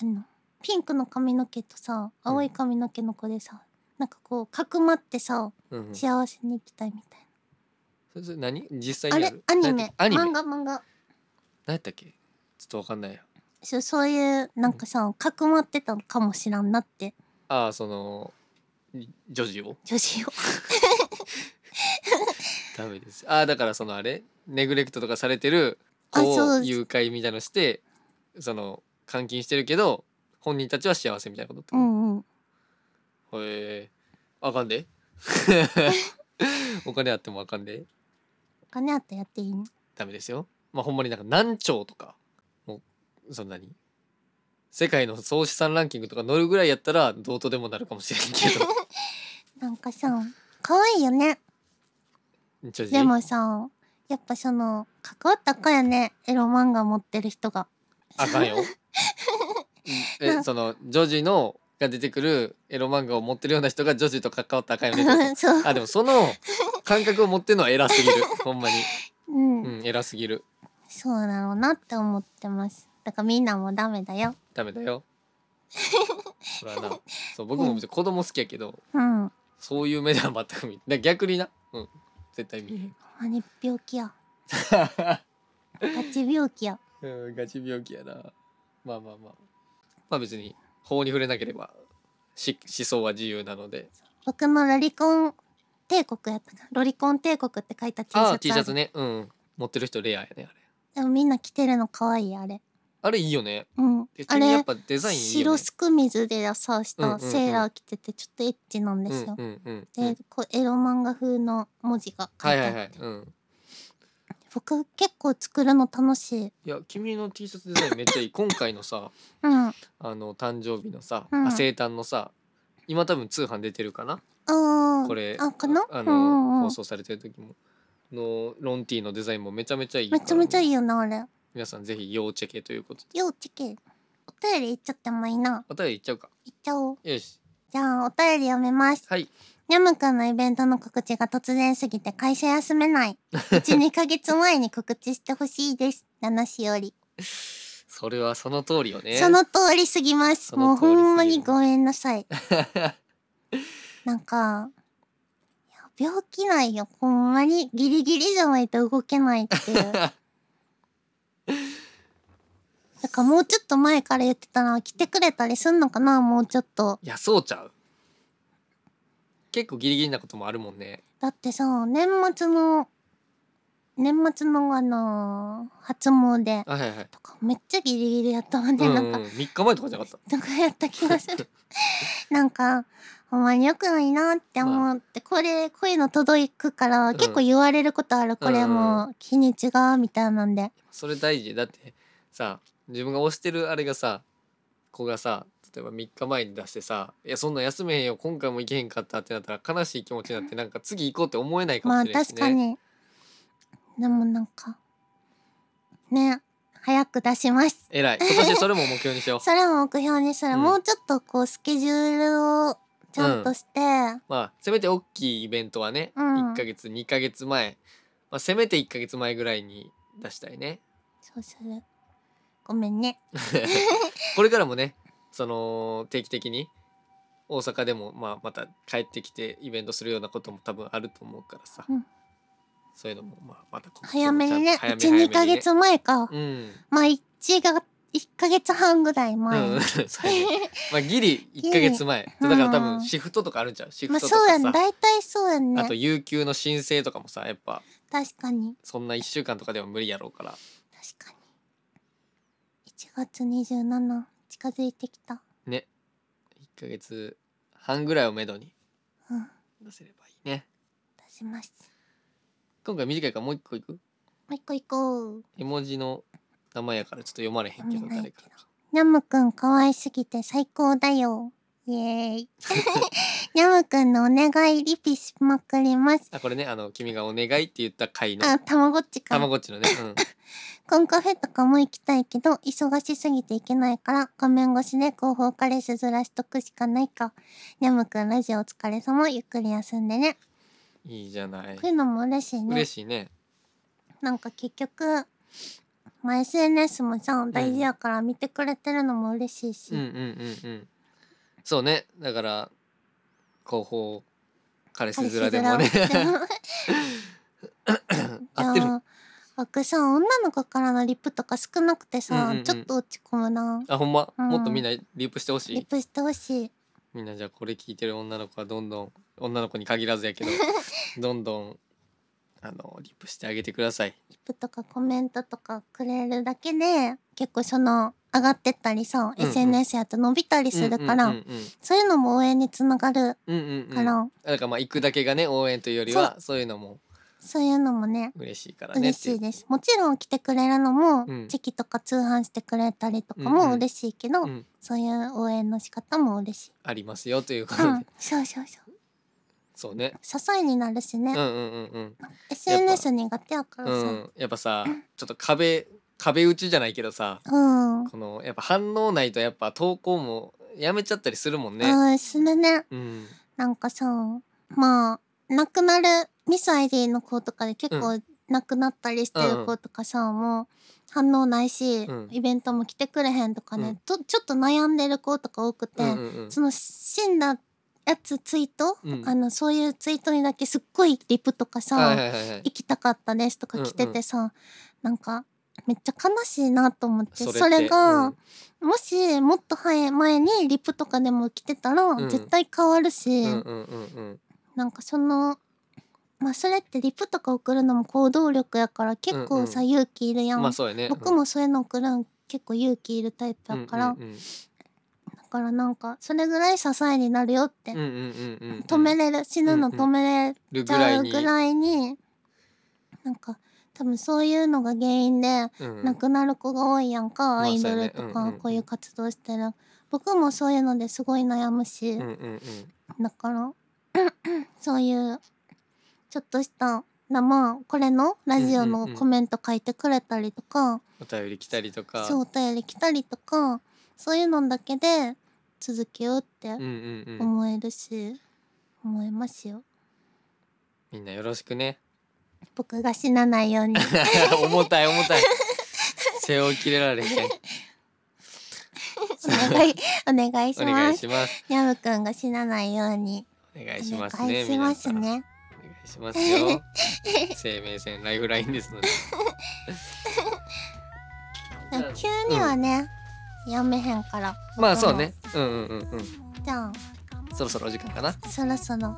Speaker 1: あのピンクの髪の毛とさ青い髪の毛の子でさ、なんかこうかくまってさ、
Speaker 2: うんうんそ
Speaker 1: 幸せに生きたいみたい
Speaker 2: れそれ何実際
Speaker 1: な。あ
Speaker 2: にあ
Speaker 1: れ
Speaker 2: る
Speaker 1: アニ
Speaker 2: 何
Speaker 1: メ
Speaker 2: やったっけアニメ
Speaker 1: 漫画漫画
Speaker 2: 何やったっけちょっとわかんないや
Speaker 1: そうそういうなんかさかくまってたのかもしらんなって
Speaker 2: ああそのい女児を
Speaker 1: 女 子を
Speaker 2: ダメですああだからそのあれネグレクトとかされてる
Speaker 1: あ
Speaker 2: 子
Speaker 1: そう
Speaker 2: を
Speaker 1: です
Speaker 2: 誘拐みたいのしてその監禁してるけど本人たちは幸せみたいなことって
Speaker 1: う
Speaker 2: こ
Speaker 1: んうん
Speaker 2: と、へえあかんで お金あってもあかんで
Speaker 1: お金あったらやっていいの
Speaker 2: ダメですよまあほんまになんか何兆とかもうそんなに世界の総資産ランキングとか乗るぐらいやったらどうとでもなるかもしれんけ ど
Speaker 1: なんかさ可愛いよね
Speaker 2: 女児
Speaker 1: でもさやっぱその関わったかやねエロ漫画持ってる人が。
Speaker 2: あかん よ。えそのジョジのが出てくるエロ漫画を持ってるような人がジョジと関わったらあかんよ ね
Speaker 1: そう
Speaker 2: あでもその感覚を持ってるのは偉すぎる。ほんまに。
Speaker 1: うん、
Speaker 2: うん偉すぎる。
Speaker 1: そうだろうなって思ってますだからみんなもダメだよ
Speaker 2: ダメだよ。そらな。そう僕も別に子供好きやけど
Speaker 1: うん
Speaker 2: そういう目では全く見だ逆にな。うん絶対見
Speaker 1: あれ病気や
Speaker 2: え へん。
Speaker 1: ガチ病気や
Speaker 2: うんガチ病気やな。まあまあまあ。まあ別に法に触れなければし思想は自由なので。
Speaker 1: 僕のロリコン帝国やったかロリコン帝国って書いた T シャツ
Speaker 2: ああ T シャ
Speaker 1: る
Speaker 2: ツね。うん持ってる人レアやねあれ。
Speaker 1: でもみんな着てるの可愛いあれ
Speaker 2: あれいいよね。
Speaker 1: うん
Speaker 2: 別
Speaker 1: あ
Speaker 2: にやっ
Speaker 1: れ
Speaker 2: ぱデザインいいよ
Speaker 1: 白
Speaker 2: ね。
Speaker 1: すく水でさし
Speaker 2: うんうん
Speaker 1: た
Speaker 2: うん
Speaker 1: セーラー着ててちょっとエッチなんで
Speaker 2: うん
Speaker 1: すよ、
Speaker 2: うんうん。
Speaker 1: でこうエロ漫画風の文字が書
Speaker 2: はいい
Speaker 1: てあ
Speaker 2: は
Speaker 1: っ
Speaker 2: い
Speaker 1: て、
Speaker 2: はい。うん。
Speaker 1: 僕結構作るの楽しい。
Speaker 2: いや君の T シャツデザインめっちゃいい今回のさ
Speaker 1: うん。う
Speaker 2: あの誕生日のさ、
Speaker 1: うん
Speaker 2: あ生誕のさ今多分通販出てるかな、
Speaker 1: ーん。
Speaker 2: これ
Speaker 1: あ、かな
Speaker 2: あ
Speaker 1: う
Speaker 2: の、
Speaker 1: んうんう
Speaker 2: 放
Speaker 1: ん。
Speaker 2: 送されてる時ものロンティーのデザインもめちゃめちゃいいか
Speaker 1: め
Speaker 2: ら
Speaker 1: ちゃめちゃいいよな、あれ。
Speaker 2: 皆さんぜひ要チェケということで
Speaker 1: よう、チキ。お便りいっちゃってもいいな。
Speaker 2: お便りいっちゃうか
Speaker 1: いっちゃおう。
Speaker 2: よし
Speaker 1: じゃあ、お便り読みます。
Speaker 2: はい
Speaker 1: ニャムくんのイベントの告知が突然すぎて会社休め ない。1、2ヶ月前に告知してほしいです。七しより。
Speaker 2: それはその通りよね
Speaker 1: その通りすぎます。
Speaker 2: そ
Speaker 1: も
Speaker 2: の
Speaker 1: う
Speaker 2: 通
Speaker 1: ほ
Speaker 2: りすぎる
Speaker 1: んまにごめんなさ い。なんか、いや病気ないよ。ほんまにギリギリじゃないと動けないって いう。だからもうちょっと前から言ってたら来てくれたりすんのかなもうちょっと。
Speaker 2: いやそうちゃう結構ギリギリなこともあるもんね
Speaker 1: だってさ、年末の、年末のあのー初詣
Speaker 2: あはいはい
Speaker 1: とかめっちゃギリギリやったもんね。
Speaker 2: うん、
Speaker 1: な
Speaker 2: うん
Speaker 1: か
Speaker 2: ん、3日前とかじゃなかっ
Speaker 1: なんかやった気がする なんかほんまによくないなって思って、これこういうの届くから、
Speaker 2: ん
Speaker 1: 結構言われることあるこれも日にちがみたいなんで
Speaker 2: たそれ大事だってさ自分が推してるあれがさ子がさ例えば3日前に出してさ「いやそんなん休めへんよ今回も行けへんかった」ってなったら悲しい気持ちになってなんか次行こうって思えないか
Speaker 1: ま
Speaker 2: も
Speaker 1: あ
Speaker 2: しれないし、
Speaker 1: 確
Speaker 2: ね、
Speaker 1: かにでもなんかね早く出します
Speaker 2: 偉い今年それも目標にしよう
Speaker 1: それを目標にする、
Speaker 2: うん
Speaker 1: もうちょっとこうスケジュールをちゃんとして、
Speaker 2: まあせめて大きいイベントはね、
Speaker 1: うん
Speaker 2: 1ヶ月2ヶ月前、まあ、せめて1ヶ月前ぐらいに出したいね
Speaker 1: そうするごめんね
Speaker 2: これからもねその定期的に大阪でも、まあ、また帰ってきてイベントするようなことも多分あると思うからさ、
Speaker 1: うん
Speaker 2: そういうのも、まあ、また今年も
Speaker 1: 早めにね
Speaker 2: ちゃんと
Speaker 1: 12、2ヶ月前か、
Speaker 2: うん、うん
Speaker 1: まあ1が1ヶ月半ぐらい前、
Speaker 2: そうやねまあ ギリ1ヶ月前
Speaker 1: リ
Speaker 2: だから多
Speaker 1: うん
Speaker 2: 分シフトとかあるんちゃうシ
Speaker 1: ま
Speaker 2: フ
Speaker 1: あ
Speaker 2: トと
Speaker 1: そう
Speaker 2: か
Speaker 1: や
Speaker 2: さ、
Speaker 1: ん、大体そうやん
Speaker 2: あと
Speaker 1: ね。
Speaker 2: 有給の申請とかもさやっぱ
Speaker 1: 確かに、
Speaker 2: そんな1週間とかでは無理やろうから
Speaker 1: 確かに。1月27近づいてきた。
Speaker 2: ね1ヶ月半ぐらいをめどに
Speaker 1: うん、
Speaker 2: 出せればいいね
Speaker 1: 出します。
Speaker 2: 今回短いからもう一個いく
Speaker 1: もう一個行こう。
Speaker 2: 絵文字の名前やからちょっと読まれへんけど
Speaker 1: 読めな
Speaker 2: 誰
Speaker 1: いけど
Speaker 2: からか
Speaker 1: ニャムくん可愛すぎて最高だよ。イエー イ。ニャムくんのお願いリピしまくります。
Speaker 2: あこれねあの君がお願いって言った回の
Speaker 1: あ、たまごっち
Speaker 2: たま
Speaker 1: か。
Speaker 2: ごっちのね、うん、
Speaker 1: コンカフェとかも行きたいけど、忙しすぎていけないから、画面越しで広報彼氏ずらしとくしかないか。ニャムくんラジオお疲れ様。ゆっくり休んでね。
Speaker 2: いいじゃない
Speaker 1: こういうのも嬉しいね。
Speaker 2: 嬉しいね
Speaker 1: なんか結局、まあ、SNS もさ大事やから見てくれてるのも嬉しいし、
Speaker 2: うんうんうんうんそうねだから広報彼氏面でもね
Speaker 1: 彼氏面 を
Speaker 2: 合ってる
Speaker 1: いや僕さ女の子からのリプとか少なくてさ、
Speaker 2: うんうんうん
Speaker 1: ちょっと落ち込むな
Speaker 2: あほんま、
Speaker 1: うん
Speaker 2: もっとみんなリプしてほし
Speaker 1: リ
Speaker 2: い
Speaker 1: プしてほしい
Speaker 2: みんなじゃあこれ聞いてる女の子はどんどん女の子に限らず やけどどんどんあのリプしてあげてください
Speaker 1: リプとかコメントとかくれるだけで結構その上がってったりさ、
Speaker 2: うん
Speaker 1: SNS やと伸びたりするから、
Speaker 2: うん
Speaker 1: そういうのも応援につながる
Speaker 2: うんうんうんうんうん
Speaker 1: から、
Speaker 2: だからまあ行くだけがね応援というよりはそういうのも
Speaker 1: そういうのもね
Speaker 2: 嬉しいからね
Speaker 1: 嬉
Speaker 2: って
Speaker 1: し
Speaker 2: いう
Speaker 1: いですもちろん来てくれるのも、
Speaker 2: うん
Speaker 1: チェキとか通販してくれたりとか
Speaker 2: うん
Speaker 1: も
Speaker 2: うん
Speaker 1: 嬉しいけど、
Speaker 2: うん
Speaker 1: そういう応援の仕方も嬉しい、
Speaker 2: ありますよということ
Speaker 1: う
Speaker 2: で、
Speaker 1: ん、そうそうそう
Speaker 2: そうね
Speaker 1: 支えになるしね、
Speaker 2: うんうんうん
Speaker 1: なんか SNS 苦手やか
Speaker 2: う
Speaker 1: ら
Speaker 2: ん、う
Speaker 1: さ
Speaker 2: ん、やっぱさちょっと壁壁打ちじゃないけどさ
Speaker 1: うん、うん
Speaker 2: このやっぱ反応ないとやっぱ投稿もやめちゃったりするもんね
Speaker 1: するね
Speaker 2: うん
Speaker 1: なんかさまあ亡くなる2歳での子とかで結構亡くなったりしてる子とかさ、もう反応ないし、
Speaker 2: うん
Speaker 1: イベントも来てくれへんとかね、
Speaker 2: うん
Speaker 1: とちょっと悩んでる子とか多くて、
Speaker 2: うんうんうん
Speaker 1: その死んだやつツイート、
Speaker 2: うん
Speaker 1: あのそういうツイートにだけすっごいリプとかさ「
Speaker 2: はいはいはいはい
Speaker 1: 行きたかったです」とか来ててさ、なんかめっちゃ悲しいなと思ってそれ
Speaker 2: って
Speaker 1: が、
Speaker 2: うん
Speaker 1: もしもっと早い前にリプとかでも来てたら、
Speaker 2: ん
Speaker 1: 絶対変わるし、
Speaker 2: うんうんうんうん
Speaker 1: なんかその。まあそれってリプとか送るのも行動力やから結構さ、
Speaker 2: うん
Speaker 1: 勇気いるやん、
Speaker 2: まあそうやね
Speaker 1: 僕もそういうの送るん結構勇気いるタイプ
Speaker 2: う
Speaker 1: や
Speaker 2: ん
Speaker 1: から、
Speaker 2: うんうんうん
Speaker 1: だからなんかそれぐらい支えになるよって
Speaker 2: うんうんうんうん
Speaker 1: 止めれる死ぬの止めれ
Speaker 2: る
Speaker 1: ち
Speaker 2: ぐら
Speaker 1: ゃ
Speaker 2: いうに
Speaker 1: ぐらいに、なんか多分そういうのが原因で
Speaker 2: うん
Speaker 1: 亡くなる子が多いやんか、
Speaker 2: まあ
Speaker 1: アイド
Speaker 2: そうや
Speaker 1: ル
Speaker 2: ね
Speaker 1: と
Speaker 2: うんう
Speaker 1: か
Speaker 2: んうん
Speaker 1: こういう活動してる僕もそういうのですごい悩むし、
Speaker 2: うんうんうん
Speaker 1: だから、 そういう、ちょっとした、なまあ、これのラジオ
Speaker 2: うん
Speaker 1: の
Speaker 2: うんうん
Speaker 1: コメント書いてくれたりとか、
Speaker 2: お便り来たりとか
Speaker 1: そう、お便り来たりとか、そういうのだけで続けようって
Speaker 2: うんうんうん
Speaker 1: 思えるし、思いますよ。
Speaker 2: みんなよろしくね
Speaker 1: 僕が死なないよ うに。
Speaker 2: 重たい重たい背負いきれられへん
Speaker 1: お願い、お願いし
Speaker 2: お願
Speaker 1: ま
Speaker 2: い
Speaker 1: す。
Speaker 2: します
Speaker 1: にゃむくんが死なないように。
Speaker 2: お願いし
Speaker 1: お願
Speaker 2: ますね
Speaker 1: いします
Speaker 2: 皆さん
Speaker 1: ね。
Speaker 2: お願いしますよ生命線ライフラインです のでじゃあ
Speaker 1: 急にはね、やめへんから。
Speaker 2: まあそうねうんうんうんうん
Speaker 1: じゃあ、
Speaker 2: そろそろお時間かな
Speaker 1: そろそろ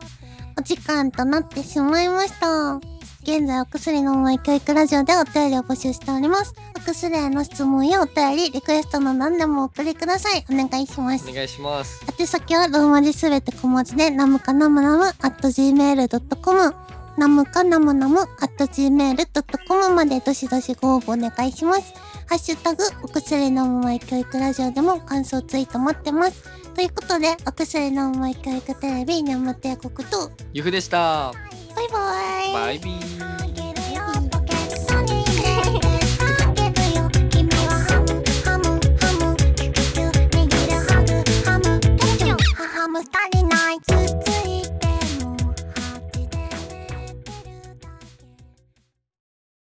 Speaker 1: お時間となってしまいました。現在お薬の思い教育ラジオでお便りを募集しております。お薬への質問やお便り、リクエストの何でもお送りください。お願いします
Speaker 2: お。願いします
Speaker 1: 宛先はローマ字すべて小文字で、ナムカナムナム at gmail.com、ナムカナムナム at gmail.com までどしどしご応募お願いします。ハッシュタグ、お薬のむまい教育ラジオでも感想ツイート待ってます。ということで、お薬のむまい教育テレビ、ニャム帝国と、
Speaker 2: ゆふでした
Speaker 1: バイバイ
Speaker 2: バイビー
Speaker 3: あげるよポケットに入れてあげるよ君はハムハムハムキュキュキュ握るハムハムテンションハハムスター